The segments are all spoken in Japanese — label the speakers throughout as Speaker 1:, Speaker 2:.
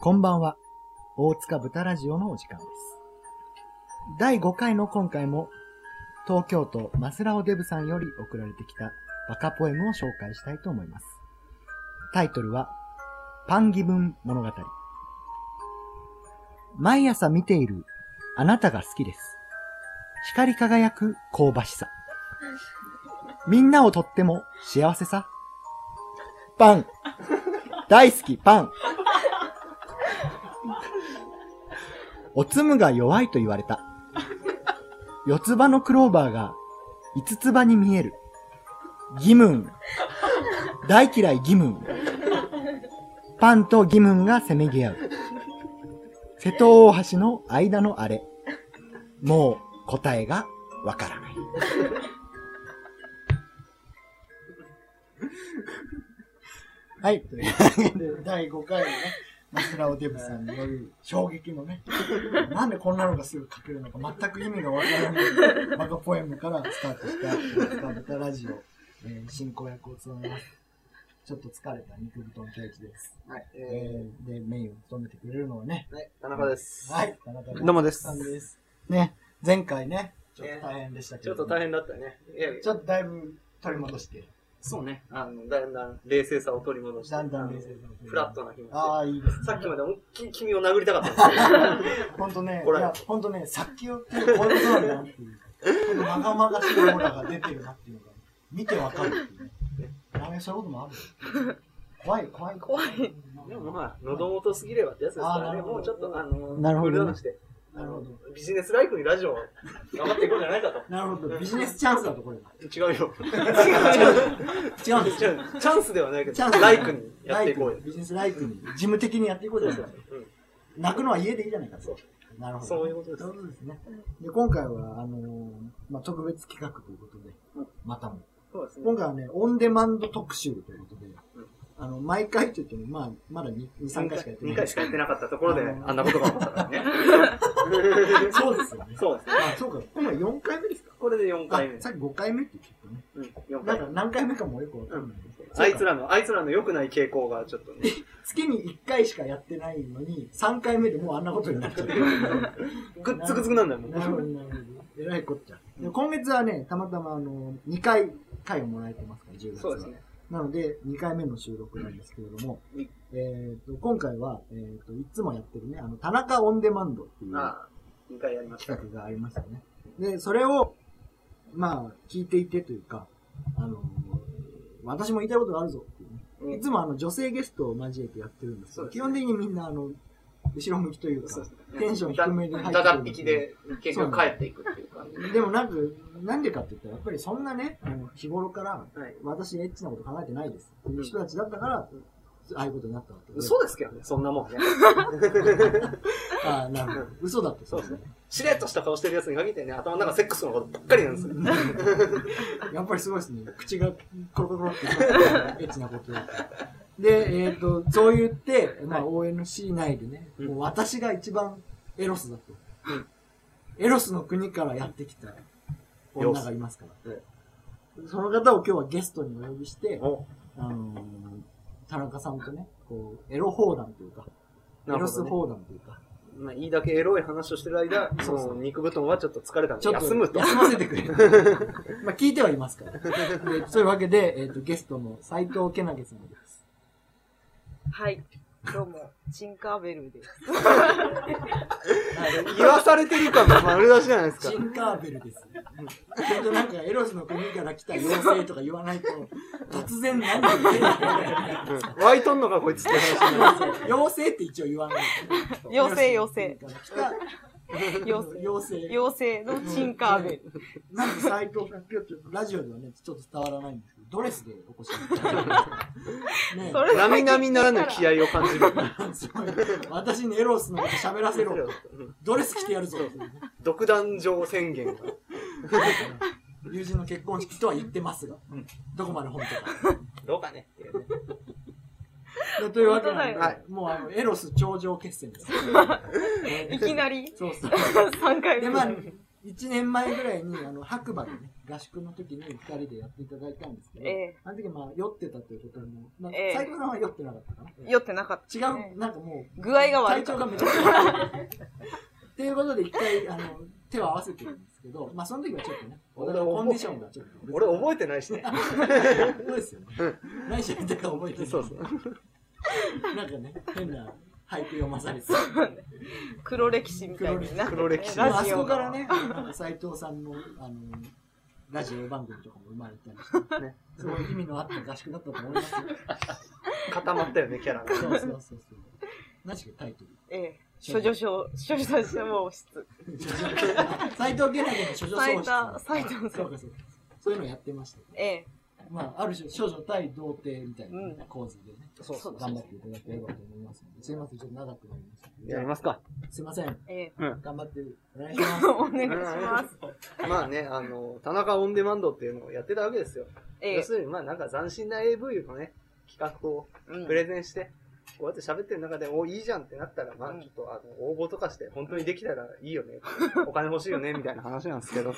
Speaker 1: こんばんは。大塚豚ラジオのお時間です。第5回の今回も、東京都マスラオデブさんより送られてきたバカポエムを紹介したいと思います。タイトルは、パンギ文物語。毎朝見ているあなたが好きです。光り輝く香ばしさ。みんなをとっても幸せさ。パン。大好きパン。おつむが弱いと言われた。四つ葉のクローバーが五つ葉に見える。ギムン。大嫌いギムン。パンとギムンがせめぎ合う。瀬戸大橋の間のあれ。もう答えがわからない。 はい。というわけで、第5回のね、マスラオデブさんによる衝撃のね、なんでこんなのがすぐ書けるのか全く意味がわからない、マガポエムからスタートした、スタブタラジオ、 えー進行役を務めます。ちょっと疲れた肉布団ケーキです。
Speaker 2: はい、え
Speaker 1: えー、で、メインを務めてくれるのはね、
Speaker 2: ー、はい、田中です。
Speaker 1: はい、田中
Speaker 3: どうもです
Speaker 1: さんです。ね、前回ね、ちょっと大変でしたけ
Speaker 2: ちょ
Speaker 1: ど、
Speaker 2: っと大変だったね。いや、
Speaker 1: ちょっとだいぶ取り戻して、
Speaker 2: そうね。あの、だんだん冷静さを取り戻して。
Speaker 1: だんだん冷静になって
Speaker 2: フラットな気持ちで。
Speaker 1: ああ、いいですね。
Speaker 2: さっきまで思いっきり君を殴りたかったんですよ。
Speaker 1: 本当ね、い
Speaker 2: これ
Speaker 1: や、本当ね、殺気をってこういうことなんだなっていう、このまがまがしいオーラが出てるなっていうのが、見てわかるっていうね。あれ、そういうこともある怖い、怖い、怖い。
Speaker 2: でもまあ、喉元すぎればってやつですか
Speaker 1: あーな
Speaker 2: ら
Speaker 1: る
Speaker 2: ね。
Speaker 1: ほど
Speaker 2: もうちょっと、あの、
Speaker 1: なるほどね
Speaker 2: クールダウンして。あ
Speaker 1: なるほ
Speaker 2: の
Speaker 1: ど。
Speaker 2: ビジネスライフにラジオを頑張っていこうじゃないかと。
Speaker 1: なるほど。ビジネスチャンスだと、これは。
Speaker 2: 違うよ。
Speaker 1: 違うんです
Speaker 2: 違
Speaker 1: よ。
Speaker 2: うチャンスではないけ
Speaker 1: チャ
Speaker 2: ど
Speaker 1: ンス、
Speaker 2: ライクにやっていこう
Speaker 1: ライ
Speaker 2: よ
Speaker 1: ク。ビジネスライクに、事務的にやっていこうじゃないですか。
Speaker 2: う
Speaker 1: 泣くのは家でいいじゃないか
Speaker 2: そう
Speaker 1: と。なるほど。
Speaker 2: そういうことです
Speaker 1: そういうことですね。で、今回は、あのーまあ、特別企画ということで、またも。
Speaker 2: そうですね
Speaker 1: 今。回はね、オンデマンド特集ということで、あの、毎回といっても、まあ、まだ2、3回しかやってない。
Speaker 2: 2回しかやってなかったところで、あんなことが起こったから ね。
Speaker 1: そうですよね。
Speaker 2: そうですね。
Speaker 1: あ、そうか。今4回目ですか
Speaker 2: これで4
Speaker 1: あ
Speaker 2: 回目。、
Speaker 1: さっき5回目って言って
Speaker 2: うん、4
Speaker 1: たね。なん
Speaker 2: 回目
Speaker 1: か。何回目かもよくわかんない。
Speaker 2: あいつらの、あいつらの良くない傾向がちょっと ね、
Speaker 1: 月に1回しかやってないのに、3回目でもうあんなことに なっちゃってる。
Speaker 2: ぐっつぐつくなんだよ、も
Speaker 1: なるほど、
Speaker 2: う。
Speaker 1: なるほど。えらいこっちゃ。で今月はね、たまたまあの、2回、回をもらえてますから、10月
Speaker 2: そう
Speaker 1: は
Speaker 2: で。すね。
Speaker 1: なので、2回目の収録なんですけれども
Speaker 2: うん、
Speaker 1: えーと、今回は、えーと、いつもやってるね、あの、田中オンデマンドっていう
Speaker 2: ああ、2回やりました。
Speaker 1: 企画がありましたね。で、それを、まあ、聞いていてというか、あの、私も言いたいことがあるぞっていうね。いつもあの、女性ゲストを交えてやってるんですけ
Speaker 2: そう
Speaker 1: ど、
Speaker 2: です
Speaker 1: 基
Speaker 2: ね
Speaker 1: 本的にみんなあの、後ろ向きという
Speaker 2: そう
Speaker 1: か
Speaker 2: です、ね。
Speaker 1: テンション低めで入ってくる
Speaker 2: だだっ引きで、結局帰っていくっていう感じ。
Speaker 1: でもなんか、なんでかって言ったら、やっぱりそんなね、あの日頃から、
Speaker 2: はい。
Speaker 1: 私エッチなこと考えてないです。
Speaker 2: うん
Speaker 1: 人たちだったから、ああいうことになったわけで。
Speaker 2: そうですけどね、そんなもんね。
Speaker 1: ああ、なるほど。嘘だって
Speaker 2: そうですね。しれっとした顔してるやつに限ってね、頭の中セックスのことばっかりなんです よ。
Speaker 1: やっぱりすごいですね。口がコロコロコロって、エッチなことで、えっ、と、そう言って、まあ、ONC 内でね、
Speaker 2: うん
Speaker 1: もう私が一番エロスだと
Speaker 2: うん。
Speaker 1: エロスの国からやってきた女がいますから。その方を今日はゲストにお呼びして、
Speaker 2: お
Speaker 1: あのー田中さんとね、こう、エロ砲弾というか、エ
Speaker 2: なる
Speaker 1: ロ
Speaker 2: ほ
Speaker 1: ス
Speaker 2: ど、ね。
Speaker 1: 砲弾というか、
Speaker 2: まあ、いいだけエロい話をしてる間、そ
Speaker 1: そうそう
Speaker 2: の肉布団はちょっと疲れたん
Speaker 1: ち
Speaker 2: で、
Speaker 1: ょっと
Speaker 2: 休むと。
Speaker 1: 休ませて くれ。まあ聞いてはいますから。でそういうわけで、えっ、と、ゲストの斎藤けなげさんです。
Speaker 4: はい。どうも、チンカーベルです。
Speaker 2: 言わされてる感が丸出しじゃない です
Speaker 1: チ
Speaker 2: か。
Speaker 1: ンカーベルです。本当なんかエロスの国から来た妖精とか言わないと、 突然何でも出て
Speaker 2: うん湧いとんのか、こいつって話になる。
Speaker 1: くる。妖精って一応言わない。
Speaker 4: 妖精妖
Speaker 1: 精。から来た
Speaker 4: 妖精
Speaker 1: 妖精。
Speaker 4: 妖精のチンカーベル。
Speaker 1: なんで斎藤か今日ちょっとラジオではね、ちょっと伝わらないんですけど、ドレスでお越しに なった。ねえ
Speaker 4: それ だ
Speaker 2: な
Speaker 4: け
Speaker 2: みなみならぬ気合を感 じる。
Speaker 1: すごい私にエロスのこと喋らせろ。
Speaker 2: うん
Speaker 1: ドレス着てやるぞっていうね。
Speaker 2: 独壇場宣言が。
Speaker 1: 友人の結婚式とは言ってますが、どこまで本当か。
Speaker 2: どうかね。
Speaker 1: でというわけなん
Speaker 4: 本
Speaker 1: で、
Speaker 4: 当
Speaker 2: だよ
Speaker 1: もうあのエロス頂上決戦です。
Speaker 4: いきなり
Speaker 1: そうそう。
Speaker 4: 3回
Speaker 1: で、
Speaker 4: 目。
Speaker 1: まあ、 1年前ぐらいに、あの、白馬でね、合宿の時に2人でやっていただいたんですけど、
Speaker 4: え
Speaker 1: あの時まあ、酔ってたということも、な
Speaker 4: ええ
Speaker 1: 斉藤さんは酔ってなかったかな。
Speaker 4: え酔ってなかっ
Speaker 1: 違
Speaker 4: た、
Speaker 1: う、なんかもう、
Speaker 4: 具合が悪
Speaker 1: 体
Speaker 4: い
Speaker 1: 調がめちゃくちゃ悪い。っていうことで、一回、あの、手を合わせてるんですけど、まあ、その時はちょっとね、お互いコンディションがちょっと。
Speaker 2: 俺覚えてないしね。
Speaker 1: そうですよね。何してたか覚えてない。
Speaker 2: そうそう。
Speaker 1: なんかね、変な背景をまされて。
Speaker 4: 黒歴史みたいになって
Speaker 2: 黒歴史
Speaker 1: でも
Speaker 4: ラ
Speaker 1: あ
Speaker 4: ジ
Speaker 1: そ
Speaker 4: オ
Speaker 1: こ
Speaker 4: が
Speaker 1: からね、斎藤さんの、あの、ラジオ番組とかも生まれたりして、
Speaker 2: ね
Speaker 1: すごい意味のあった合宿だったと思いますよ。
Speaker 2: 固まったよね、キャラが。
Speaker 1: そうそうそうそう。何しかタイトル。
Speaker 4: ええ処女書処女書士王室
Speaker 1: 斎藤家内の処女
Speaker 4: 斉
Speaker 1: 喪
Speaker 4: 藤
Speaker 1: 失だ。
Speaker 4: 斉藤さ
Speaker 1: そ
Speaker 4: ん
Speaker 1: うかそうか。そういうのやってましたよね。
Speaker 4: ええ
Speaker 1: まあ、ある種、少女対童貞みたいな構図でね、
Speaker 2: そうそう
Speaker 1: 頑張っていただければと思いますので、すいません、ちょっと長くなりましたけど。
Speaker 2: やりますか。
Speaker 1: すいません、
Speaker 4: ええ
Speaker 1: 頑張ってお願いし ます。
Speaker 4: お願いします
Speaker 2: まあね、あの、田中オンデマンドっていうのをやってたわけですよ。
Speaker 4: え
Speaker 2: 要
Speaker 4: え
Speaker 2: するに、まあなんか斬新な AV のね、企画を
Speaker 4: うん
Speaker 2: プレゼンして、こうやって喋ってる中で、お、いいじゃんってなったら、まあ
Speaker 4: うん
Speaker 2: ちょっと、あの、応募とかして、本当にできたらいいよ ね。お金欲しいよね、みたいな話なんですけど。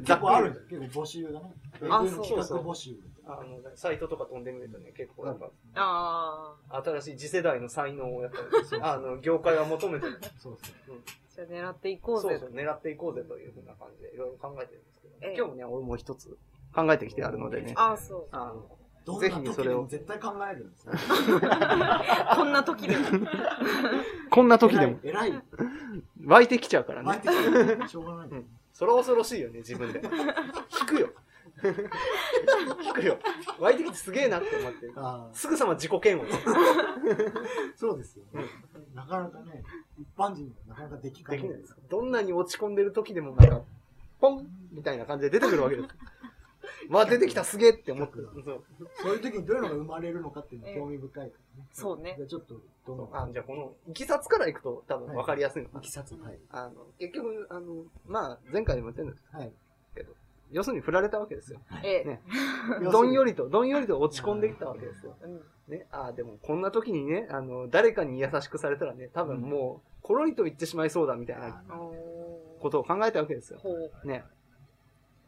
Speaker 1: 結構あるんだよ結構募集がね。
Speaker 2: あ
Speaker 1: AV の企
Speaker 2: そうそう
Speaker 1: 画募集。
Speaker 2: あの、サイトとか飛んでみるとね、結構なんか、
Speaker 4: ああ
Speaker 2: 新しい次世代の才能をやっぱり、あの、業界が求めてる。
Speaker 1: そうそう。
Speaker 4: じゃあ狙っていこ
Speaker 2: そうう
Speaker 4: ぜ
Speaker 2: そう、狙っていこうぜというふうな感じで、いろいろ考えてるんですけど、
Speaker 4: ええ
Speaker 2: 今日もね、俺も一つ考えてきてあるのでね、
Speaker 4: ああそ
Speaker 2: あの、
Speaker 1: どん
Speaker 2: ぜ
Speaker 1: な
Speaker 2: ひね
Speaker 1: 時
Speaker 2: そ
Speaker 1: で
Speaker 2: れ
Speaker 1: も
Speaker 2: を
Speaker 1: 絶対考えるんですよ。
Speaker 4: うこんな時でも
Speaker 2: こんな時でも
Speaker 1: 偉い。偉い。
Speaker 2: 湧いてきちゃうから
Speaker 1: 巻い
Speaker 2: ね。
Speaker 1: てきてるしょうがない。
Speaker 2: それ恐ろしいよね、自分で。引くよ。 引くよ。湧いてきてすげえなって思って。
Speaker 1: ああ、
Speaker 2: すぐさま自己嫌悪。
Speaker 1: そうですよね。なかなかね、一般人にはなかなかできか
Speaker 2: で
Speaker 1: ね
Speaker 2: き
Speaker 1: ない
Speaker 2: ないです。どんなに落ち込んでる時でも、なんか、ポンみたいな感じで出てくるわけです。わ、出てきたすげえって思ってる。そう
Speaker 1: そういう時にどういうのが生まれるのかっていうのは興味深いからね。
Speaker 4: そうね
Speaker 1: じゃあちょっと、どの、
Speaker 2: あじゃあこの、いきさつからいくと多分分かりやすいのか
Speaker 1: い
Speaker 2: な
Speaker 1: きさつ、はい。
Speaker 2: あの、結局、あの、まあ、前回でも言ってるんです
Speaker 1: はい。
Speaker 2: けど、要するに振られたわけですよ。
Speaker 4: ええ
Speaker 2: ねどんよりと、どんよりと落ち込んできたわけですよ。
Speaker 4: うん
Speaker 2: ね、ああ、でもこんな時にね、あの、誰かに優しくされたらね、多分もう、コロリと言ってしまいそうだみたいな
Speaker 1: あ
Speaker 4: お
Speaker 2: こ
Speaker 4: ー
Speaker 2: とを考えたわけですよ。
Speaker 4: ほう
Speaker 2: ね。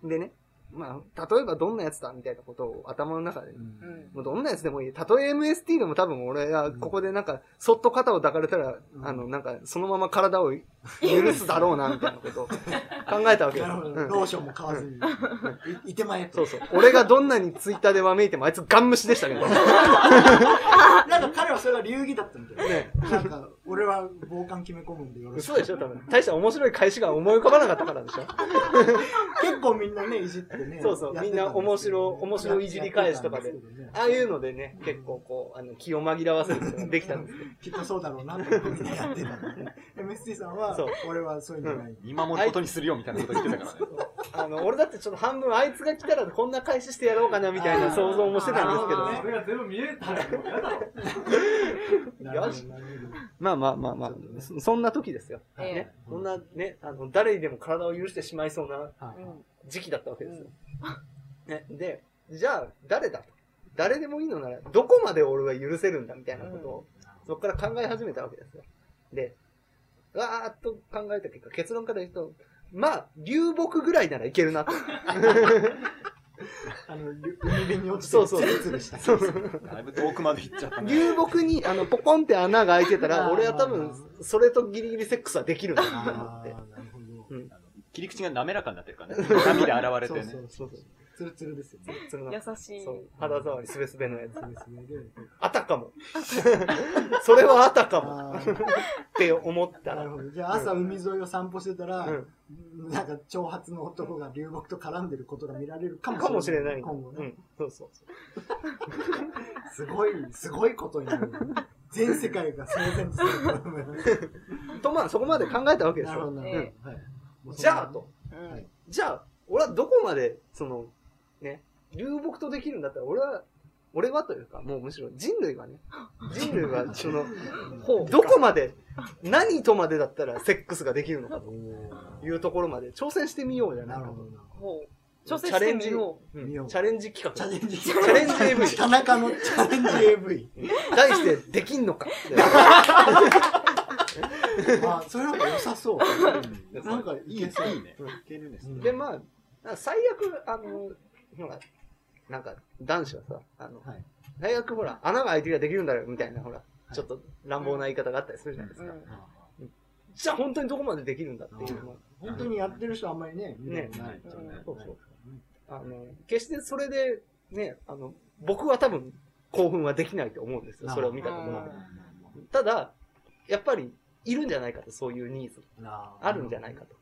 Speaker 2: でね、まあ、例えばどんなやつだみたいなことを頭の中で
Speaker 1: の、う、ん
Speaker 4: うん
Speaker 2: もうどんなやつでもいい。たとえ MST でも多分俺はここでなんか、そっと肩を抱かれたら、
Speaker 1: うん
Speaker 2: あの、なんか、そのまま体を許すだろうな、みたい なことを考えたわけで
Speaker 1: なるほ
Speaker 2: すよ。
Speaker 1: ど。
Speaker 2: うん
Speaker 1: ローションも買わずに。いいてまえと
Speaker 2: そうそう。俺がどんなにツイッターでわめいても、あいつガン無視でしたけど。
Speaker 1: なんか彼はそれが流儀だったみたい
Speaker 2: ね
Speaker 1: な。なんか、俺は防寒決め込むんでよろし
Speaker 2: 嘘
Speaker 1: く。
Speaker 2: でしょ多 分。大した面白い返しが思い浮かばなかったからでしょ
Speaker 1: 結構みんなね、いじってね。
Speaker 2: そうそう
Speaker 1: やってた
Speaker 2: みんな面白
Speaker 1: ですけどね
Speaker 2: 面白いじり返しとかで
Speaker 1: やってたんすけどね
Speaker 2: ああいうのでね、結構こう、あの、気を紛らわせることができたんですけ
Speaker 1: きっとそうだろうなってみんなやってたのね。MST さんは
Speaker 2: そう、
Speaker 1: 俺はそういうのない。
Speaker 3: 見守ることにするよみたいなこと言ってたからね。
Speaker 2: ど、 あの、俺だってちょっと半分あいつが来たらこんな返ししてやろうかなみたい
Speaker 1: あ
Speaker 2: な
Speaker 1: ー
Speaker 2: 想像もしてたんですけ
Speaker 1: あ
Speaker 2: ど
Speaker 1: ー、
Speaker 5: それが全部見えたらもう嫌だろ。
Speaker 1: なるほど
Speaker 2: よし
Speaker 1: なるほど
Speaker 2: まあまあまあまあ
Speaker 1: そうだ、ね
Speaker 2: そそんな時ですよ。
Speaker 4: ええ
Speaker 2: ね、そんなね、あの、誰にでも体を許してしまいそうな
Speaker 1: はい
Speaker 4: うん
Speaker 2: 時期だったわけですよ。 ね、で、じゃあ、誰だと。誰でもいいのなら、どこまで俺は許せるんだみたいなことを、そこから考え始めたわけですよ。で、わーっと考えた結果、結論から言うと、まあ、流木ぐらいならいけるな と。
Speaker 1: あの、りゅ海辺に落ちて
Speaker 2: そうそう
Speaker 1: ツルツルした。
Speaker 3: だいぶ遠くまで行っちゃったね。
Speaker 2: 流木に、あの、ポコンって穴が開いてた
Speaker 1: あ
Speaker 2: ら、
Speaker 1: ー
Speaker 2: 俺は多分、それとギリギリセックスはできるんだなと思
Speaker 1: あ
Speaker 2: っ
Speaker 1: ー
Speaker 2: て。
Speaker 1: なるほど。
Speaker 3: 切り口が滑らかになってるからね。波で現
Speaker 1: そ
Speaker 3: れ
Speaker 1: う
Speaker 3: て
Speaker 1: そ
Speaker 3: ね。
Speaker 1: うそう。ツルツルですよね。
Speaker 2: その
Speaker 4: 優しい
Speaker 2: そう肌触りすべすべのやつ。
Speaker 1: そうですね。で
Speaker 2: あたかも。 それはあたかもっ
Speaker 1: あー
Speaker 2: て思った
Speaker 1: なる
Speaker 2: ら。
Speaker 1: ほど。じゃあ朝海沿いを散歩してたら、
Speaker 2: うん
Speaker 1: なんか挑発の男が流木と絡んでることが見られるかも
Speaker 2: かもしれない。
Speaker 1: 今後
Speaker 2: う
Speaker 1: ね、
Speaker 2: ん。そうそうそう。
Speaker 1: すごい、すごいことになる。全世界が騒然とする。
Speaker 2: と、まあ、そこまで考えたわけです
Speaker 1: なるほど、
Speaker 2: よ。
Speaker 1: な
Speaker 4: え
Speaker 1: るほど。はいもうそんな
Speaker 2: じゃあ、と。
Speaker 4: うん
Speaker 1: はい
Speaker 2: じゃあ、俺はどこまで、その、ね、流木とできるんだったら、俺は、俺はというか、もうむしろ人類がね、人類が、その、
Speaker 4: ほう
Speaker 2: どこまで、何とまでだったらセックスができるのか
Speaker 1: おー
Speaker 2: というところまで挑戦してみようじゃな
Speaker 1: ないる
Speaker 2: か
Speaker 1: ほ
Speaker 2: と。
Speaker 1: どな。
Speaker 4: ほう挑戦してみよう
Speaker 2: うん
Speaker 1: 見よう
Speaker 2: チャレンジ企
Speaker 1: チャ
Speaker 2: 画。
Speaker 1: レンジ、チ
Speaker 2: ャレンジ AV
Speaker 1: 田中のチャレンジ AV。
Speaker 2: 題して、できんのか。
Speaker 1: あ、それなんか良さそう。 なんかいけそう。
Speaker 3: いいね。
Speaker 2: うん
Speaker 3: いけるんです
Speaker 1: う
Speaker 3: ね
Speaker 1: ん
Speaker 2: で、まあ、なんか最悪、あの、ほら、なんか、男子はさ、あの、
Speaker 1: はい
Speaker 2: 大学ほら、穴が開いてりゃできるんだよ、みたいな、ほら、
Speaker 1: い
Speaker 2: ちょっと乱暴な言い方があったりするじゃないです
Speaker 4: う
Speaker 2: か。
Speaker 4: ん
Speaker 2: じゃあ本当にどこまでできるんだっていうのは、
Speaker 1: 本当にやってる人あんまりね、見たことない。
Speaker 4: ねうん
Speaker 2: そうそうあの、決してそれで、ね、あの、僕は多分、興奮はできないと思うんですよ、それを見たこと
Speaker 4: な
Speaker 2: は
Speaker 4: るほ。
Speaker 2: ただ、やっぱり、いるんじゃないかと、そういうニーズ。あるんじゃないか。と。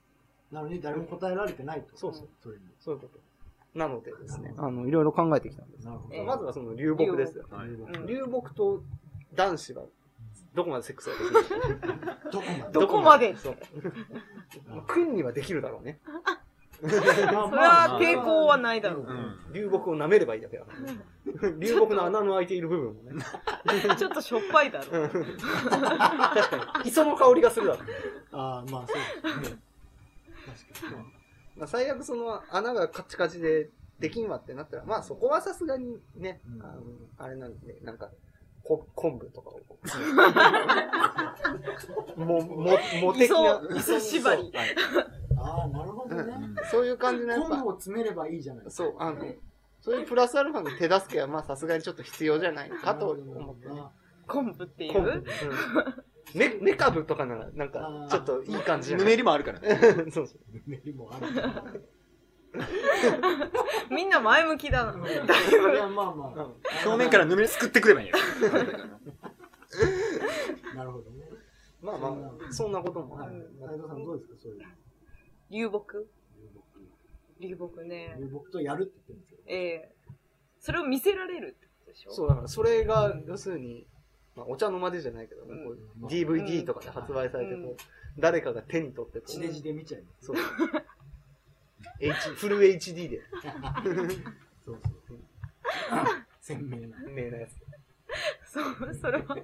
Speaker 1: なのに誰も答えられてないと。
Speaker 2: そうそう。
Speaker 1: それに。
Speaker 2: そういうこと。なのでですね、あの、いろいろ考えてきたんです。
Speaker 1: なるほ
Speaker 4: えー
Speaker 2: まずはその流木ですよ。
Speaker 3: はい
Speaker 4: うん
Speaker 2: 流木と男子はどこまでセックスができる
Speaker 1: どこまで
Speaker 4: どこまで
Speaker 2: そう。君にはできるだろうね。
Speaker 1: まあ
Speaker 4: それは
Speaker 1: まあ
Speaker 4: 抵抗はないだろう
Speaker 3: う。ん。
Speaker 2: 流木を舐めればいいだけだから。流木の穴の開いている部分もね。
Speaker 4: ちょっとしょっぱいだろ。
Speaker 2: 確かに。磯の香りがするだろう。
Speaker 1: ああ、まあそうですね。確かに。
Speaker 2: まあ、最悪その穴がカチカチでできんわってなったら、まあそこはさすがにね、
Speaker 1: うん
Speaker 2: あの、あれなんで、なんか、こ昆布とかをこう。も、も、も的な。
Speaker 4: 磯磯縛り。
Speaker 3: はい
Speaker 1: ああ、なるほどね。
Speaker 2: そういう感じのやっ
Speaker 1: 昆
Speaker 2: ぱ
Speaker 1: 布、を詰めればいいじゃないですか。
Speaker 2: そう、あの、そういうプラスアルファの手助けは、まあさすがにちょっと必要じゃないかと思ってね。
Speaker 4: 昆布ってい
Speaker 2: 昆布
Speaker 4: う。
Speaker 2: うんメメカブとかなら、なんか、ちょっといい感じじゃ
Speaker 3: ぬ
Speaker 2: な
Speaker 3: め
Speaker 2: い
Speaker 3: りもあるからね。
Speaker 2: そうそう。
Speaker 1: メリもあるから。
Speaker 4: みんな前向きだな。
Speaker 1: いや、まあま
Speaker 2: うん
Speaker 1: あ。
Speaker 3: 正面からぬめりすくってくればいいよ。
Speaker 1: なるほどね。
Speaker 2: まあまあ、そんなことも
Speaker 1: は
Speaker 2: あ
Speaker 1: い
Speaker 2: る。。
Speaker 1: 斉藤さんどうですかそういう
Speaker 4: 流木
Speaker 1: 流木。
Speaker 4: 流木ね。
Speaker 1: 流木とやるって言ってるんですけど。
Speaker 4: ええそれを見せられるってことでしょ
Speaker 2: そう、だから、それが、要するに、まあ、お茶の間でじゃないけどね、こう
Speaker 1: うん
Speaker 2: DVD とかで発売されて、
Speaker 4: うん
Speaker 2: こう、誰かが手に取って、こ
Speaker 1: 地デ
Speaker 2: う、
Speaker 1: ジで見ちゃ います。
Speaker 2: そう。H、フル HD で、
Speaker 1: そうそう。鮮明な。
Speaker 2: 名なやつ。
Speaker 4: そう、それは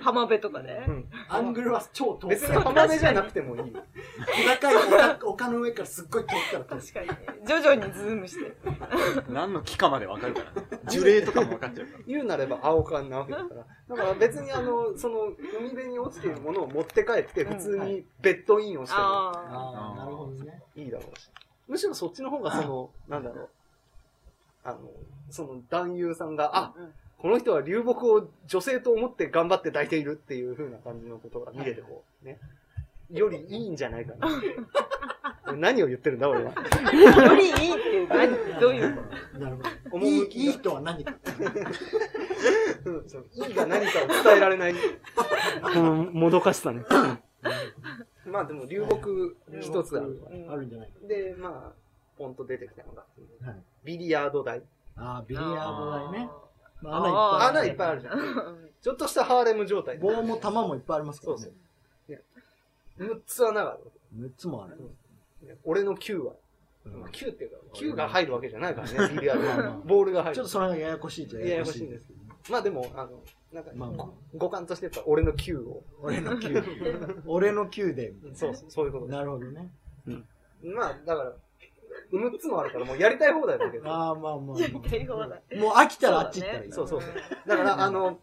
Speaker 4: 浜辺とかね
Speaker 2: う。ん。
Speaker 1: アングルは超遠く。
Speaker 2: 別に浜辺じゃなくてもいいよ。
Speaker 1: 小高い丘丘の上からすっごい遠くから撮る
Speaker 4: 確かにね。徐々にズームして。
Speaker 3: 何の木かまでわかるからね。樹齢とかもわかっちゃうから。
Speaker 2: 言うなれば青缶なわけだから。だから別にあの、その、海辺に落ちているものを持って帰って、普通にベッドインをしても
Speaker 4: ああ。
Speaker 1: ああ、なるほどね。
Speaker 2: いいだろうし。むしろそっちの方がその、なんだろう。あの、その男優さんが、あ、
Speaker 4: うん
Speaker 2: この人は流木を女性と思って頑張って抱いているっていう風な感じのことが見れてこう、ね。よりいいんじゃないか な。何を言ってるんだ俺は。
Speaker 4: よりいいっていう、何どういうこ
Speaker 1: なるほど。いい
Speaker 2: 趣が
Speaker 1: いいとは何か。
Speaker 2: うんそのいいが何かを伝えられない。このもどかしさね。まあでも流木一つあるわ。
Speaker 1: あるんじゃないか。
Speaker 2: で、まあ、ポンと出てきたのが、
Speaker 1: はい
Speaker 2: ビリヤード台。
Speaker 1: ああ、ビリヤード台ね。まあ
Speaker 4: あー
Speaker 1: 穴
Speaker 2: 穴
Speaker 1: い
Speaker 2: い
Speaker 1: っ
Speaker 2: っ
Speaker 1: ぱいあ
Speaker 2: ぱい
Speaker 1: る。
Speaker 2: あるじゃん。
Speaker 4: とうん
Speaker 2: ちょっとしたハーレム状態。
Speaker 1: 棒も玉もいっぱいありますから
Speaker 2: そ
Speaker 1: ね
Speaker 2: う。6つ穴がある。
Speaker 1: 6つもある。
Speaker 2: 俺の9は。
Speaker 1: うん
Speaker 2: まあ9っていうか、9が入るわけじゃないからね、ビリヤー ド
Speaker 1: まあ
Speaker 2: は
Speaker 1: まあ
Speaker 2: ボールが入
Speaker 1: ちょっ
Speaker 2: る
Speaker 1: と。それがややこしいじゃややこしいけどね。
Speaker 2: まあでも、あの、なんか、
Speaker 1: まあまあ
Speaker 2: ご五感としてやっぱ俺の9を。
Speaker 1: 俺の9。俺の9で。
Speaker 2: そうそう、そういうこと
Speaker 1: なるほどね。
Speaker 2: まあ、だから、6つもあるから、もうやりたい放題だけ ど。
Speaker 1: ああ、まあまあ
Speaker 4: やりたい放題。
Speaker 1: まあ。もう飽きたらあっち行ったらいい。
Speaker 2: そうそうそう。だから、あの、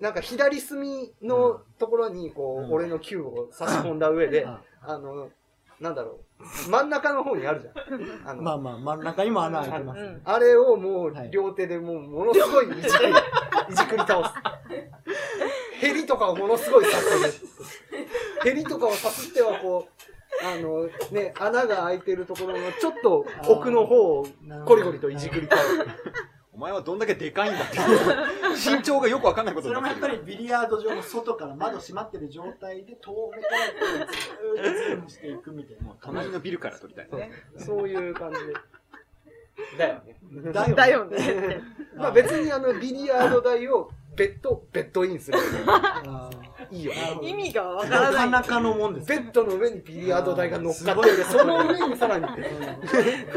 Speaker 2: なんか左隅のところに、こ
Speaker 1: う
Speaker 2: う、
Speaker 1: ん
Speaker 2: 俺の球を差し込んだ上で、
Speaker 1: あ
Speaker 2: あの、なんだろう、真ん中の方にあるじゃん。あの、
Speaker 1: まあまあ、真ん中にも穴開いてます
Speaker 4: う
Speaker 1: ね。
Speaker 4: ん
Speaker 2: あれをもう
Speaker 1: はい
Speaker 2: 両手でもうものすごいいじくり、いじくり倒す。ヘリとかをものすごい刺す。ヘリとかを刺すってはこう、あのね、穴が開いてるところのちょっと奥の方をコリコリといじくり倒す。
Speaker 3: お前はどんだけでかいんだっ ていう。身長がよくわかんないこ
Speaker 1: それ
Speaker 3: とにな
Speaker 1: もや
Speaker 3: っ
Speaker 1: ってぱ
Speaker 3: る
Speaker 1: りビリヤード場の外から窓閉まってる状態で遠目からこうずーっとズームしていくみたい
Speaker 3: もう隣のビルから撮りたい。
Speaker 2: そういう感じで。だよね。
Speaker 1: な。だよ
Speaker 4: だよね。
Speaker 2: まあ別にあのビリヤード台をベッド、ベッドインする。
Speaker 1: あ
Speaker 2: いい よ。
Speaker 1: ー
Speaker 4: 意味がわか
Speaker 1: な
Speaker 4: ら
Speaker 1: か
Speaker 4: ない。
Speaker 1: なかのもんです。
Speaker 2: ベッドの上にビリヤード台が乗っかってる。その上にさ らに。
Speaker 4: ふ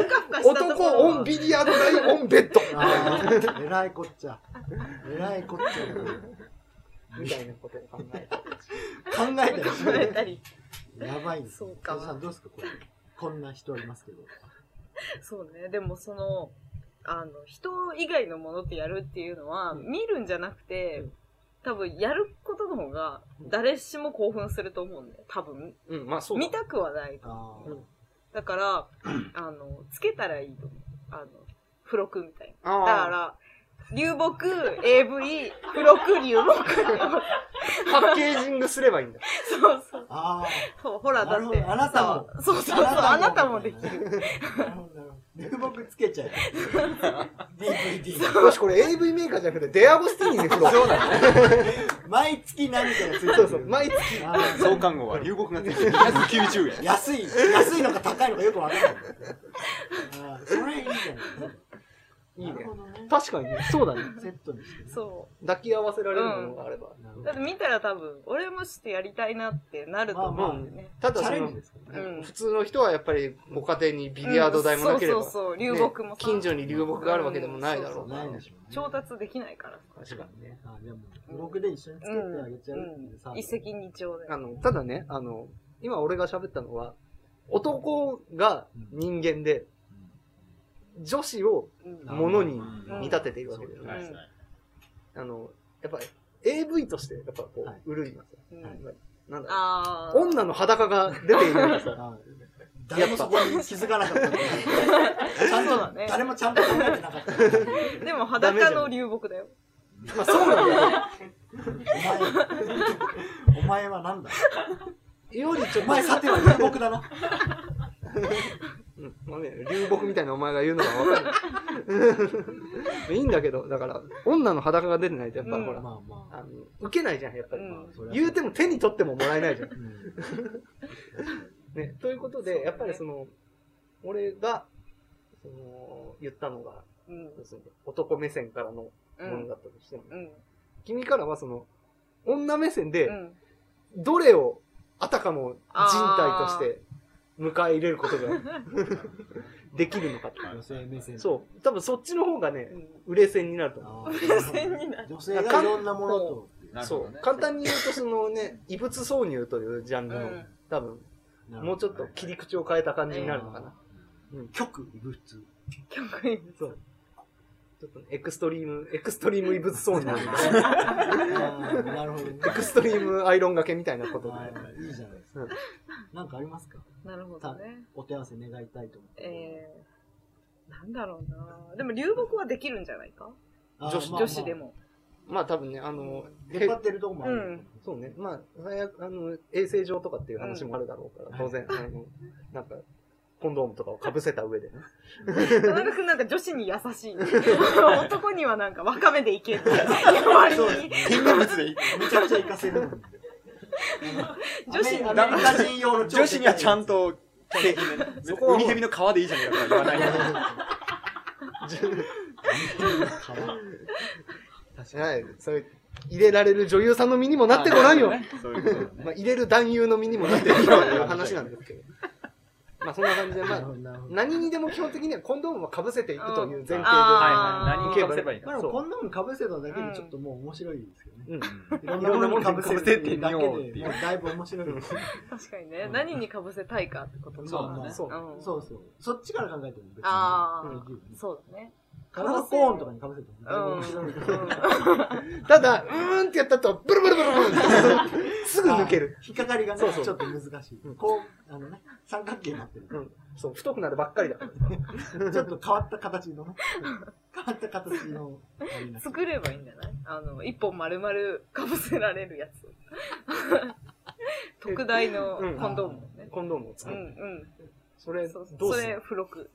Speaker 4: かふかしたとこ
Speaker 2: 男
Speaker 4: ろ
Speaker 2: オンビリヤード台オンベッド。
Speaker 1: あーえらいこっちゃ。えらいこっちゃだな。
Speaker 2: みたいなことを考えた。
Speaker 1: 考えたりしな
Speaker 4: 考え
Speaker 1: い。
Speaker 4: たり。
Speaker 1: やばいです。
Speaker 4: そうか
Speaker 1: 藤さんどうですかこれ。こんな人いますけど。
Speaker 4: そうね。でもその、あの、人以外のものってやるっていうのは、見るんじゃなくて、多分やることの方が誰しも興奮すると思うんだよ多分
Speaker 2: うん、まあそうだ
Speaker 4: 見たくはない
Speaker 1: あー
Speaker 2: うん
Speaker 4: だからあのつけたらいいと思うあの付録みたい
Speaker 2: あ
Speaker 4: な
Speaker 2: ー
Speaker 4: だから流木 AV 付録流木
Speaker 2: パッケージングすればいいんだ。
Speaker 4: そうそう
Speaker 1: あ
Speaker 4: そうほらだ
Speaker 1: なる
Speaker 4: っ
Speaker 1: ほ
Speaker 4: て
Speaker 1: どあなたも
Speaker 4: そうそうそうあなたもできる
Speaker 1: る。なるほどなるほど流木つけちゃえ。DVD。
Speaker 2: もしこれ AV メーカーじゃなくて、デアゴスティーニで振ろう。そうなん
Speaker 1: 毎月何かがついてる。
Speaker 2: そうそう。毎月。
Speaker 1: あー
Speaker 3: 創刊号は流木がついて290円。
Speaker 1: 安い、安いのか高いのかよくわからない。あーそれいいじゃん。
Speaker 2: いいね
Speaker 1: なるほどね。
Speaker 2: 確かにね。そうだね。
Speaker 1: セットにして。
Speaker 4: そう
Speaker 2: 抱き合わせられるものがあれば。
Speaker 1: なるほ
Speaker 4: だ
Speaker 1: ど
Speaker 4: って見たら多分、俺もちょっとやりたいなってなると思うんだよね。
Speaker 2: ただ
Speaker 1: チャ
Speaker 2: そ
Speaker 1: レ
Speaker 2: の
Speaker 1: ンジ、ですか
Speaker 4: うん
Speaker 2: 普通の人はやっぱりご家庭にビリヤード台もなければ、
Speaker 4: うんそうそうそう、流木も
Speaker 2: ね
Speaker 4: さ、
Speaker 2: 近所に流木があるわけでもないだろ
Speaker 4: そうう
Speaker 1: な
Speaker 2: な。
Speaker 1: いでしょうね。
Speaker 4: 調達できないからさ。
Speaker 2: 確かにね。
Speaker 1: あーでも僕で一緒につけてあげちゃうっていうサー
Speaker 4: うん
Speaker 1: ビ
Speaker 4: 一
Speaker 1: ス
Speaker 4: 石二鳥で。
Speaker 2: あの、ただね、あの、今俺が喋ったのは、男が人間で、女子を
Speaker 4: うん
Speaker 1: あー
Speaker 2: 物に
Speaker 1: うん
Speaker 2: 見立てていくわけだよ
Speaker 4: ね
Speaker 1: そう
Speaker 2: あの、やっぱ AV として、やっぱこ、
Speaker 1: はいう
Speaker 2: うるいますよ。
Speaker 4: うん
Speaker 1: はい
Speaker 2: なんだろ
Speaker 4: あ
Speaker 2: う
Speaker 4: ー
Speaker 2: 女の裸が出ているわけさ。
Speaker 1: あ誰もそこに気づかなかった。ちゃん
Speaker 4: そう
Speaker 1: と
Speaker 4: だ、ね
Speaker 1: 誰もちゃんと考えてなかった。お前、
Speaker 4: でも裸の流木だよ。
Speaker 2: まあそうなんだよ。
Speaker 1: お前はなんだ
Speaker 2: よりちょ
Speaker 1: お
Speaker 2: っと、
Speaker 1: 前、さては流木だな。
Speaker 2: うんまあね、流木みたいなお前が言うのがわかんない。いいんだけど、だから、女の裸が出てないと、やっぱ
Speaker 4: うん
Speaker 2: ほ
Speaker 1: まあ
Speaker 2: ら、
Speaker 1: まあ。
Speaker 2: あの、受けないじゃん、やっぱり。
Speaker 4: うん
Speaker 2: 言うても手に取ってももらえないじゃん。
Speaker 1: うん
Speaker 2: ね、ということで、やっぱりその、俺が、その、言ったのが、
Speaker 4: うん。
Speaker 2: 要するに男目線からのも
Speaker 4: う
Speaker 2: の
Speaker 4: ん
Speaker 2: だ。ったとしても、
Speaker 4: うん。
Speaker 2: 君からはその、女目線で
Speaker 4: う、ん
Speaker 2: どれをあたかも人体として迎え入れることが できるのかと。
Speaker 1: 女性目線。
Speaker 2: そう。多分そっちの方がね
Speaker 4: う、ん。
Speaker 2: 売れ線になると思
Speaker 1: あ
Speaker 4: 目線にな
Speaker 1: ー。女性がいろんなものと。
Speaker 2: う。そう。簡単に言うと、そのね、異物挿入というジャンル
Speaker 4: う
Speaker 2: の、
Speaker 4: ん。
Speaker 2: 多分、もうちょっと切り口を変えた感じになるのかな。
Speaker 1: 極異物。
Speaker 4: 曲に。
Speaker 2: そう。ちょっとねエクストリーム、エクストリーム異物挿入。
Speaker 1: なるほどね。
Speaker 2: エクストリームアイロンがけみたいなこと
Speaker 1: は
Speaker 2: で。
Speaker 1: いいいじゃないですか。なんかありますか
Speaker 4: なるほどね。
Speaker 1: お手合わせ願いたいと思って。
Speaker 4: えー、なんだろうなでも流木はできるんじゃないか
Speaker 1: あー
Speaker 2: 女子
Speaker 1: まあまあ
Speaker 4: 女子 でも。
Speaker 2: まあ多分ね、あの、
Speaker 1: 出っ張ってるとこもある。
Speaker 4: うん
Speaker 2: そうね。まあ、最悪、あの、衛生上とかっていう話もあるだろうから、
Speaker 1: うん
Speaker 2: 当然、あの、なんか、コンドームとかをかぶせた上でね。
Speaker 4: 田中くんなんか女子に優 しい、ね。男にはなんか若めでいけって言われに。
Speaker 3: 天然物でいい。
Speaker 1: めちゃくちゃ行かせるのに。
Speaker 4: 女子に
Speaker 1: アメリカ人用の
Speaker 3: 女子にはちゃん
Speaker 1: と。
Speaker 3: と、景品でねウニヘビの皮でいいじゃねえかとは言わない。
Speaker 2: はい。それ、入れられる女優さんの身にもなってごらんよ。
Speaker 3: そういうことだ
Speaker 2: まあ、
Speaker 3: ね。
Speaker 2: 入れる男優の身にもなってごらんよという話なんですけど。まあ、そんな感じで、ま
Speaker 1: なる
Speaker 2: あ
Speaker 1: ほ、どなるほど
Speaker 2: 何にでも基本的にはコンドームをかぶせていくという前
Speaker 4: あ
Speaker 2: 提
Speaker 3: はいはい。何に被せばいい
Speaker 1: まあ
Speaker 3: か。
Speaker 1: で
Speaker 2: そ
Speaker 1: も
Speaker 2: う
Speaker 1: こんなもん被せただけでちょっともう面白いですよね。
Speaker 2: で。うん。
Speaker 1: いろんなものに被せるっていうだけで、
Speaker 3: いろんなものに被せてみようっていう
Speaker 1: もうだいぶ面白いですよね。
Speaker 4: 確かにね、何にかぶせたいかってこと
Speaker 1: そう
Speaker 4: だ
Speaker 1: まあ
Speaker 4: ね。
Speaker 2: そう
Speaker 4: うん
Speaker 1: そうそう。そっちから考えても別に。
Speaker 4: あ
Speaker 1: で
Speaker 4: あ、
Speaker 1: きるよね
Speaker 4: そうだね。
Speaker 1: カラーコーンとかに被せても
Speaker 4: う
Speaker 1: だいぶ
Speaker 4: ん。
Speaker 1: 面白いですよね。
Speaker 2: ただ、うーんってやったと、ブルブルブルブルってすぐ抜ける。
Speaker 1: あー。引っかかりがね、
Speaker 2: そうそう
Speaker 1: ちょっと難しい。こう、あのね、三角形になってる。
Speaker 2: うん。そう、太くなるばっかりだから。
Speaker 1: ちょっと変わった形のね。変わった形のあれになっちゃう。
Speaker 4: 作ればいいんじゃないあの、一本丸々かぶせられるやつ。特大のコンドームね。
Speaker 2: コンドームを使
Speaker 4: う
Speaker 2: う。
Speaker 4: んうん。
Speaker 2: それ、
Speaker 4: そう
Speaker 2: どう
Speaker 4: そ
Speaker 2: する
Speaker 4: れ、付録。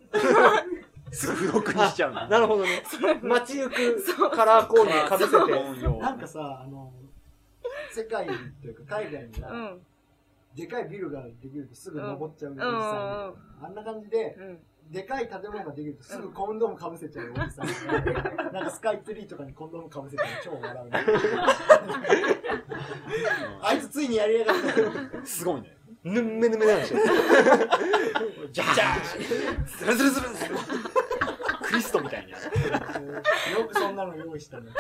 Speaker 3: すぐ付録にしちゃうの。
Speaker 2: なるほどね。街行くカラーコーンにかぶせて。
Speaker 1: なんかさ、あの、世界というか海外にさ、
Speaker 4: うん。
Speaker 1: でかいビルができるとすぐ登っちゃうおじ
Speaker 4: ん
Speaker 1: さんみたいな、あんな感じで、
Speaker 4: うん。
Speaker 1: でかい建物ができるとすぐコンドームかぶせちゃう おじさんみたいな。なんかスカイツリーとかにコンドームかぶせたら超笑うね。 あいつついにやりやがった。
Speaker 3: すごいね。
Speaker 2: ぬんめぬめなんでしょ。
Speaker 3: じゃじゃーズルズルズルズル。クリストみたい に。
Speaker 1: よくそんなの用意したね。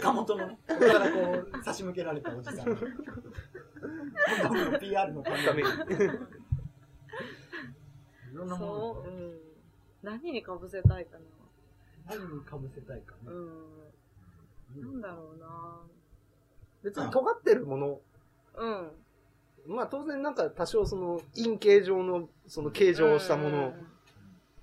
Speaker 1: 岡本のね、ここからこう差し向けられたおじさん。コンドームの PR のために。いろんなものを
Speaker 4: そう。うん。何にかぶせたいかな。
Speaker 1: 何にかぶせたいかね。
Speaker 4: うん。なんだろうな
Speaker 2: 別に尖ってるもの、
Speaker 4: うん。
Speaker 2: まあ当然なんか多少その陰形状のその形状をしたもの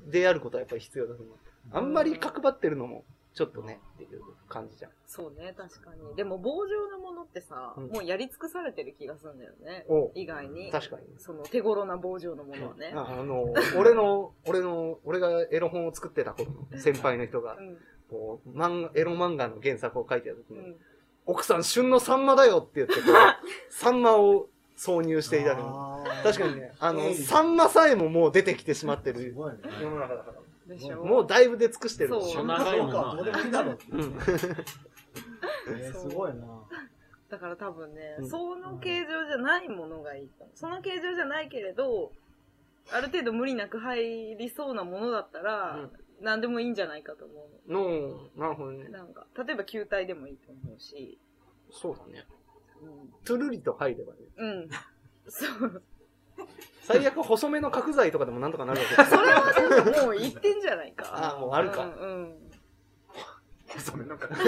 Speaker 2: であることはやっぱり必要だと思う。あんまり角張ってるのもちょっとねっていう感じじゃん。
Speaker 4: そうね、確かに。でも棒状のものってさ、
Speaker 2: うん
Speaker 4: もうやり尽くされてる気がするんだよね。
Speaker 2: お
Speaker 4: 意外に。
Speaker 2: 確かに。
Speaker 4: その手頃な棒状のものはね。
Speaker 2: ああの、俺の、俺の、俺がエロ本を作ってた頃の先輩の人が
Speaker 4: う、ん。
Speaker 2: こう、漫画エロ漫画の原作を書いてた時
Speaker 4: う
Speaker 2: に、
Speaker 4: ん。
Speaker 2: 奥さん旬のサンマだよって言ってこう、 サンマを挿入していたの。確かにね、あの、サンマさえももう出てきてしまって
Speaker 1: す
Speaker 2: る
Speaker 1: ごいね。
Speaker 2: 世の中だから。
Speaker 4: でしょ
Speaker 2: もうだいぶ出尽くしてるでし
Speaker 4: そ
Speaker 2: ょ。
Speaker 1: そ
Speaker 4: う
Speaker 3: 長いも
Speaker 1: う
Speaker 3: の
Speaker 1: か、ど
Speaker 3: は
Speaker 1: うでもいいだろうって。
Speaker 2: うん
Speaker 1: えーすごいな。
Speaker 4: だから多分ね、
Speaker 2: うん
Speaker 4: その形状じゃないものがいいかも。その形状じゃないけれど、ある程度無理なく入りそうなものだったら、何でもいいんじゃないかと思う
Speaker 2: の、なるほどね
Speaker 4: の。。なんか、例えば球体でもいいと思うし、
Speaker 2: そうだね。トゥルリと入ればね。
Speaker 4: うん。うん。そう。
Speaker 2: 最悪細めの角材とかでもなんとかなるわけだ
Speaker 4: それはちょっともう言ってんじゃないか。
Speaker 2: ああ、もうあるか。
Speaker 4: うん、うん。
Speaker 3: それなんかさ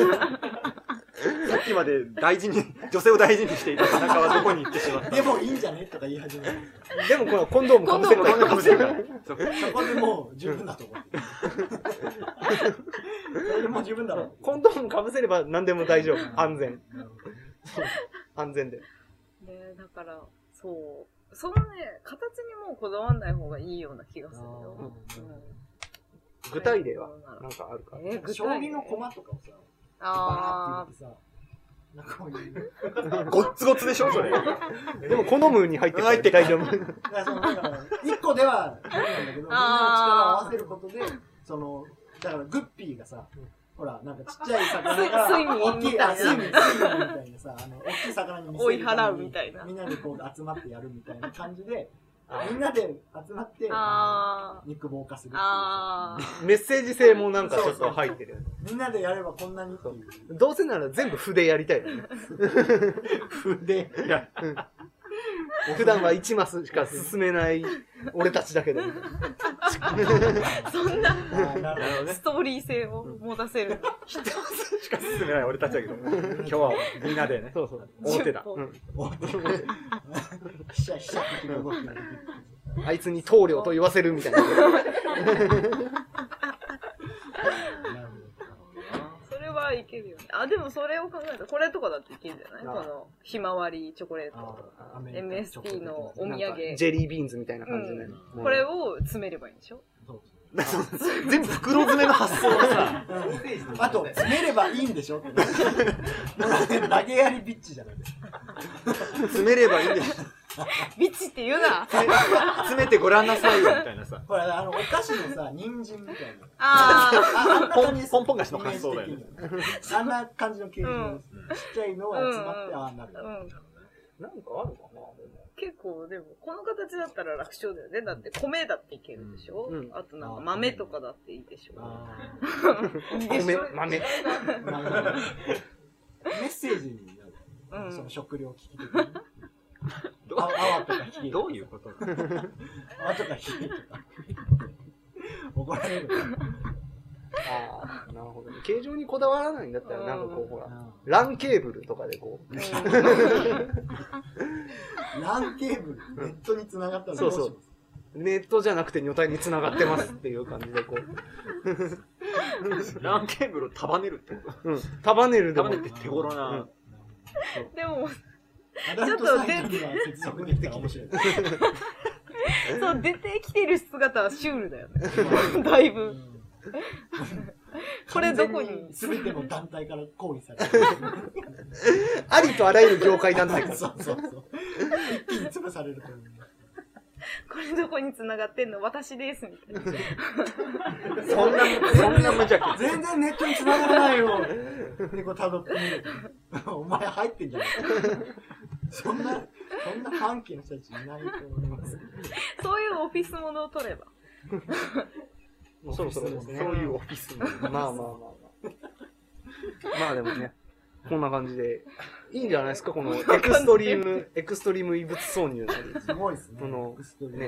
Speaker 3: っきまで大事に女性を大事にしていた田中はどこに行ってしまった
Speaker 1: でもいいんじゃねとか言い始める。
Speaker 2: でもこれはコンドームかぶせるから。
Speaker 3: かもしれないそう
Speaker 1: そこでもう十分だと思って。それでもう十分だろ。
Speaker 2: コンドームかぶせれば何でも大丈夫。安全。
Speaker 1: なるほど
Speaker 2: 安全で。
Speaker 4: ねだから、そう。そのね、形にもうこだわんない方がいいような気がするよ。うん
Speaker 2: 具体例はなんかあるか。
Speaker 4: えー具体例
Speaker 1: 将棋の駒とかをさ、バ
Speaker 4: あ
Speaker 1: ーって入れてさ、なんかこういう。
Speaker 3: ごっつごつでしょそれ
Speaker 2: でもコンドームに入ってる
Speaker 3: 入って
Speaker 2: 大丈夫。
Speaker 1: だからそのだから一個では無理なんだけど、みんなの力を合わせることで、その、だからグッピーがさ、ほら、なんかちっちゃい魚が、
Speaker 4: スイミ
Speaker 1: 大
Speaker 4: ー
Speaker 1: きい、
Speaker 4: みた
Speaker 1: あ、
Speaker 4: い
Speaker 1: ス
Speaker 4: な
Speaker 1: イミー、スイミーみたいなさ、あの、大きい魚に見せるために
Speaker 4: 追い払うみたいな
Speaker 1: みんなでこう集まってやるみたいな感じで、 みんなで集まって
Speaker 4: ー、、あ
Speaker 1: 肉棒化するっ
Speaker 4: ー、
Speaker 1: ていうさ
Speaker 4: あー。
Speaker 2: メッセージ性もなんかちょっと入ってるよね。
Speaker 1: みんなでやればこんなにっていう。
Speaker 2: どうせなら全部筆やりたいよ ね。
Speaker 1: 筆。
Speaker 2: 普段は1マスしか進め ない俺たちだけど。
Speaker 4: そんな
Speaker 1: なるほどね。
Speaker 4: ストーリー性を持たせ る。
Speaker 3: しか進めない俺たちだけど今日はみんなでね
Speaker 2: そうそう。
Speaker 3: 大手だ
Speaker 4: 10
Speaker 2: うん
Speaker 1: ひしゃひしゃって動きができる。
Speaker 2: あいつに棟梁と言わせるみたいな。
Speaker 1: なる
Speaker 4: それはいけるよね。あ、でもそれを考えたら、これとかだっていけるんじゃない
Speaker 2: あ
Speaker 4: こ
Speaker 2: ー
Speaker 4: の、ひまわりチョコレー
Speaker 1: ほ
Speaker 4: ト。
Speaker 1: ど。あーアメリカ
Speaker 4: MST のお土
Speaker 2: なん
Speaker 4: 産
Speaker 2: か。ジェリービーンズみたいな感じで
Speaker 4: う。これを詰めればいいんでしょ
Speaker 1: そうそう
Speaker 3: 全部袋詰めの発想がさ
Speaker 1: うんあと、詰めればいいんでし ょってなる。もう投げやりビッチじゃないですか。
Speaker 3: 詰めればいいんでしょ
Speaker 4: ビチって言うな
Speaker 3: 詰めてごらんなさいよみたいなさ
Speaker 1: ほら、あの、お菓子のさ、人参みたいな。
Speaker 4: あー。
Speaker 1: あ、
Speaker 3: ポンポンポン菓子の発想だよ ね
Speaker 1: イメージ的にはあんな感じの形
Speaker 4: う
Speaker 1: 状
Speaker 4: ん
Speaker 1: ちっちゃいのが集まって、ああ、なるほど。
Speaker 4: うん
Speaker 2: なんかあるかな
Speaker 4: 結構でもこの形だったら楽勝だよねだって米だっていけるでしょ、
Speaker 2: うん
Speaker 4: あとなんか豆とかだっていいでしょ
Speaker 1: あ
Speaker 4: いいでしょ
Speaker 2: 豆、豆。
Speaker 1: ーなるほどメッセージになる。
Speaker 4: うん
Speaker 1: その食料危機的に。
Speaker 3: ど
Speaker 1: あ泡とか引き。
Speaker 3: どういうことなの
Speaker 1: 泡とか引きとか。 怒られるから。
Speaker 2: ああ、なるほどね。形状にこだわらないんだったら、なんかこう、ほら、
Speaker 1: う
Speaker 2: ランケーブルとかでこう、
Speaker 1: んランケーブル、ネットに繋がったらど
Speaker 2: そうう
Speaker 1: し
Speaker 2: そ
Speaker 1: ます
Speaker 2: うネットじゃなくて女体に繋がってますっていう感じでこ
Speaker 3: ランケーブルを束ねるってこと
Speaker 2: う、うん、束ねるでも
Speaker 3: 束ね、て手頃な
Speaker 4: でも
Speaker 1: アダルトサイトには 接続できたら面白い。
Speaker 4: そう出てきてる姿はシュールだよねだいぶこれどこに
Speaker 1: すべての団体から抗議されてる。
Speaker 2: ありとあらゆる業界なんだから。
Speaker 1: そうそうそう。一気に潰されると思う。
Speaker 4: これどこに繋がってんの私ですみたいな
Speaker 3: そんなそんな無邪気
Speaker 1: 全然ネットに繋がらないよ。で、こう辿ってみると。お前入ってんじゃないそんな、そんな半径の人たちいないと思います。
Speaker 4: そういうオフィスものを取れば
Speaker 2: もうそろそろですね。
Speaker 3: そういうオフィス の
Speaker 2: まあまあまあまあ。まあでもね、こんな感じで、いいんじゃないですか、このエクストリーム、エクストリーム異物挿入の、
Speaker 1: すごいですね。
Speaker 2: この
Speaker 1: エクストリーム
Speaker 2: ね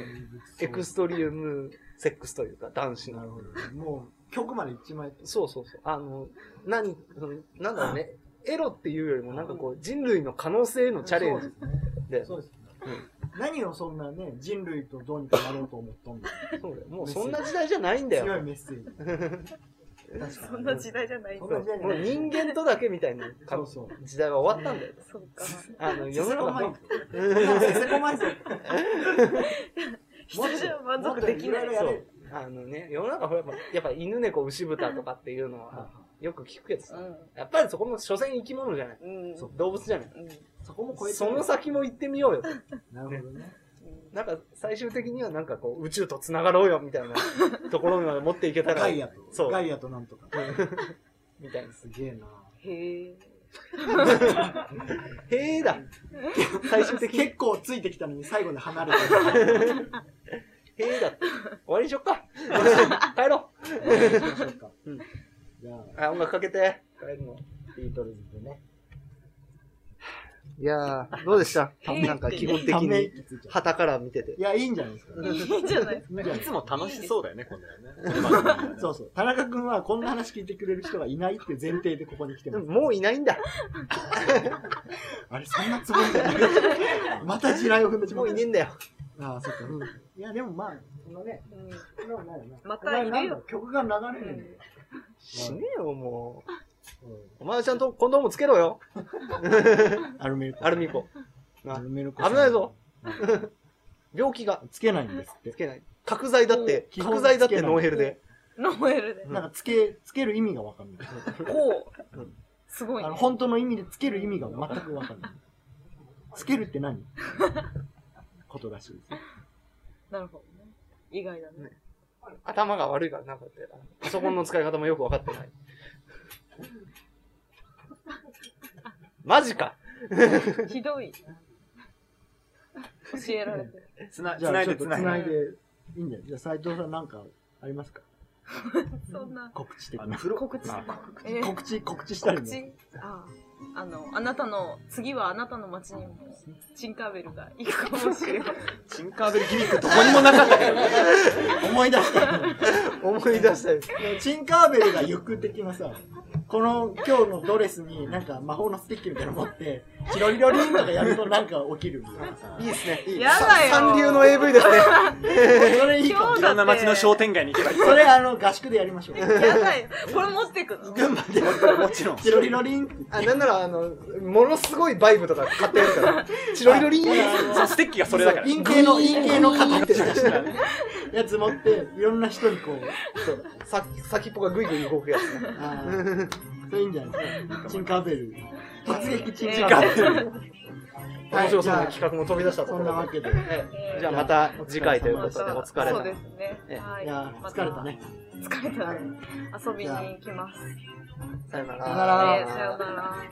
Speaker 1: エ
Speaker 2: エ
Speaker 1: ク
Speaker 2: ク
Speaker 1: ス
Speaker 2: ストリームセックスというか、男子
Speaker 1: トな
Speaker 2: の。
Speaker 1: るほど。もう、曲まで一枚。
Speaker 2: そうそうそう。あの、何、そのなんだろうね、エロっていうよりも、なんかこう、人類の可能性へのチャレンジで、
Speaker 1: そうですね。何をそんなね、人類とどうにかなろうと思ったんだよ。
Speaker 2: そうだよもうそんな時代じゃないんだ
Speaker 1: 強い
Speaker 2: よ。
Speaker 1: メッセージ。
Speaker 4: そんな時代じゃない
Speaker 1: そ
Speaker 2: そ
Speaker 1: ん
Speaker 2: う
Speaker 1: な時代じゃ
Speaker 2: も
Speaker 1: な
Speaker 2: う
Speaker 1: い
Speaker 2: 人間とだけみたいな
Speaker 1: そうそう。
Speaker 2: 時代は終わったんだよ。
Speaker 4: そうか。
Speaker 2: あの、世の中
Speaker 1: せ
Speaker 2: の、
Speaker 1: せこまいぞ。
Speaker 4: 人じゃ満足できない
Speaker 1: もっともっとろ。やれる
Speaker 2: あのね、世の中ほら、やっぱやっぱ犬猫牛豚とかっていうのは、よく聞くけどさ、やっぱりそこも所詮生き物じゃない。
Speaker 4: うん。うん。
Speaker 1: そう
Speaker 2: 動物じゃない。
Speaker 4: うん。
Speaker 1: そこも超えてる
Speaker 2: その先も行ってみようよ。
Speaker 1: なるほどね。
Speaker 2: なんか最終的にはなんかこう宇宙と繋がろうよみたい なところまで持っていけたら
Speaker 1: ガイアと。
Speaker 2: そう
Speaker 1: ガイアとなんとか。
Speaker 2: みたいな。
Speaker 1: すげえな。
Speaker 4: へえ。
Speaker 2: へえだ。最終的にへ
Speaker 1: 結構ついてきたのに最後で離れて
Speaker 2: えだ。終わりにしよっ か。帰ろ
Speaker 1: る。しましょうか
Speaker 2: うん
Speaker 1: じゃあ、
Speaker 2: う。あ、音楽かけて。帰るの。
Speaker 1: ビートルズでね。
Speaker 2: いやー、どうでしたなんか基本的
Speaker 1: ため
Speaker 2: に、
Speaker 1: 息ついちゃう
Speaker 2: 旗から見てて。
Speaker 1: いや、いいんじゃないですか。
Speaker 4: いいんじゃない
Speaker 1: いいんじゃない
Speaker 3: い
Speaker 1: で
Speaker 3: つ
Speaker 1: すか
Speaker 3: も楽しそうだよね、こんなのね。
Speaker 1: そうそう。田中君はこんな話聞いてくれる人がいないって前提でここに来て
Speaker 2: で
Speaker 1: ま
Speaker 2: も
Speaker 1: す。
Speaker 2: もういないんだ。
Speaker 1: あれ、そんなつもりじゃない。また地雷を踏んでしま
Speaker 2: も
Speaker 1: っ
Speaker 2: うい
Speaker 1: た
Speaker 2: ねえ。 んだよ。
Speaker 1: ああ、そっか。うんいや、でもまあ、そのね、
Speaker 4: うん
Speaker 1: そんなことないよな
Speaker 4: またいるよ
Speaker 1: お前なんだ曲が流れるんだよ。
Speaker 2: 死ねよ、もう。
Speaker 1: うん
Speaker 2: お前はちゃんとコンドームつけろよ。
Speaker 1: アルミルコ。
Speaker 2: アルミコ。
Speaker 1: アルミルコ。
Speaker 2: 危ないぞ。病気が。
Speaker 1: つけないんですって
Speaker 2: つ。けない。角材だって、
Speaker 1: 基本
Speaker 2: 角材だっ
Speaker 1: つ
Speaker 2: て
Speaker 1: けない
Speaker 2: ノーヘルで。
Speaker 4: ノエルで。
Speaker 1: なんかつけ、つける意味がわかんない。
Speaker 4: こう
Speaker 2: うん。
Speaker 4: すごい
Speaker 1: あの
Speaker 4: ね。
Speaker 1: 本当の意味でつける意味が全くわかんない。つけるって何ことらしいですね。
Speaker 4: なるほどね。意外だね。
Speaker 2: 頭が悪いからなかったよ。パソコンの使い方もよく分かってない。マジか
Speaker 4: ひどい。教えられてる。
Speaker 3: つな
Speaker 1: じゃ
Speaker 3: 繋
Speaker 1: あ
Speaker 3: い
Speaker 1: ちょっと
Speaker 3: で、繋
Speaker 1: 繋
Speaker 3: い
Speaker 1: い
Speaker 3: で。
Speaker 1: で、いいんだよ。じゃあ斉藤さんなんかありますか
Speaker 4: そんな。
Speaker 1: 告知的
Speaker 3: あ
Speaker 1: な
Speaker 3: の。風呂
Speaker 4: 告知
Speaker 3: あ
Speaker 4: えー
Speaker 1: 告知、告知したり
Speaker 4: 告
Speaker 1: も。
Speaker 4: 知ああ。あの、あなたの、次はあなたの街にも、チンカーベルが行くかもしれない。
Speaker 3: チンカーベルギミックどこにもなかったよ。
Speaker 1: 思い出した。
Speaker 2: 思い出したよ。
Speaker 1: チンカーベルが行く的なさ、この今日のドレスになんか魔法のスティッキみたいなの持って、チロリロリンとかやるとなんか起きるみたいなさ。
Speaker 2: いいですね。いい
Speaker 4: やだよ
Speaker 2: 三流の AV ですね。
Speaker 1: それいいかも
Speaker 3: い
Speaker 4: 今日
Speaker 3: ろんな街の商店街に行けばいい。
Speaker 1: それあの合宿でやりましょう。
Speaker 4: やだよ。これ持ってくの
Speaker 1: 群馬で
Speaker 3: もちろん。
Speaker 1: チロリロリンって
Speaker 2: あ、なんなら、あの、ものすごいバイブとか買ってやるから。チロリロリーン
Speaker 3: そうステッキがそれだから。
Speaker 1: 陰茎の、陰茎の
Speaker 2: グイーン
Speaker 1: 形
Speaker 2: っ
Speaker 1: ってて
Speaker 2: 出
Speaker 1: 出
Speaker 2: し
Speaker 1: したたやつ持って、いろんな人にこう、
Speaker 2: そうさ先っぽがグイグイ動くやつね。
Speaker 1: あーそれいいんじゃないですか。チンカーベル。突撃チン
Speaker 4: チン
Speaker 1: カ
Speaker 4: カ
Speaker 1: ー
Speaker 4: ー
Speaker 1: ベ
Speaker 4: ベ
Speaker 1: ル。は
Speaker 2: 面
Speaker 1: い、
Speaker 2: 白
Speaker 1: じ
Speaker 2: そうな
Speaker 1: ゃ
Speaker 2: 企画も飛び出した
Speaker 1: あ、
Speaker 2: と
Speaker 1: そ
Speaker 2: こ
Speaker 1: ん
Speaker 2: ろ
Speaker 1: なわ
Speaker 2: で。
Speaker 1: けで。
Speaker 2: え
Speaker 4: え
Speaker 2: え
Speaker 4: ー
Speaker 2: じゃあまた次回ということでお
Speaker 4: ま
Speaker 2: 疲れ
Speaker 4: そう
Speaker 2: 様
Speaker 4: です
Speaker 2: ええ
Speaker 4: ね。はい
Speaker 1: いやー
Speaker 4: ま
Speaker 1: 疲れたね。
Speaker 4: 疲れたね。遊びに行きます。
Speaker 2: さよなら。
Speaker 1: さよな
Speaker 4: え
Speaker 1: ら
Speaker 2: 啊
Speaker 4: ーさよなら。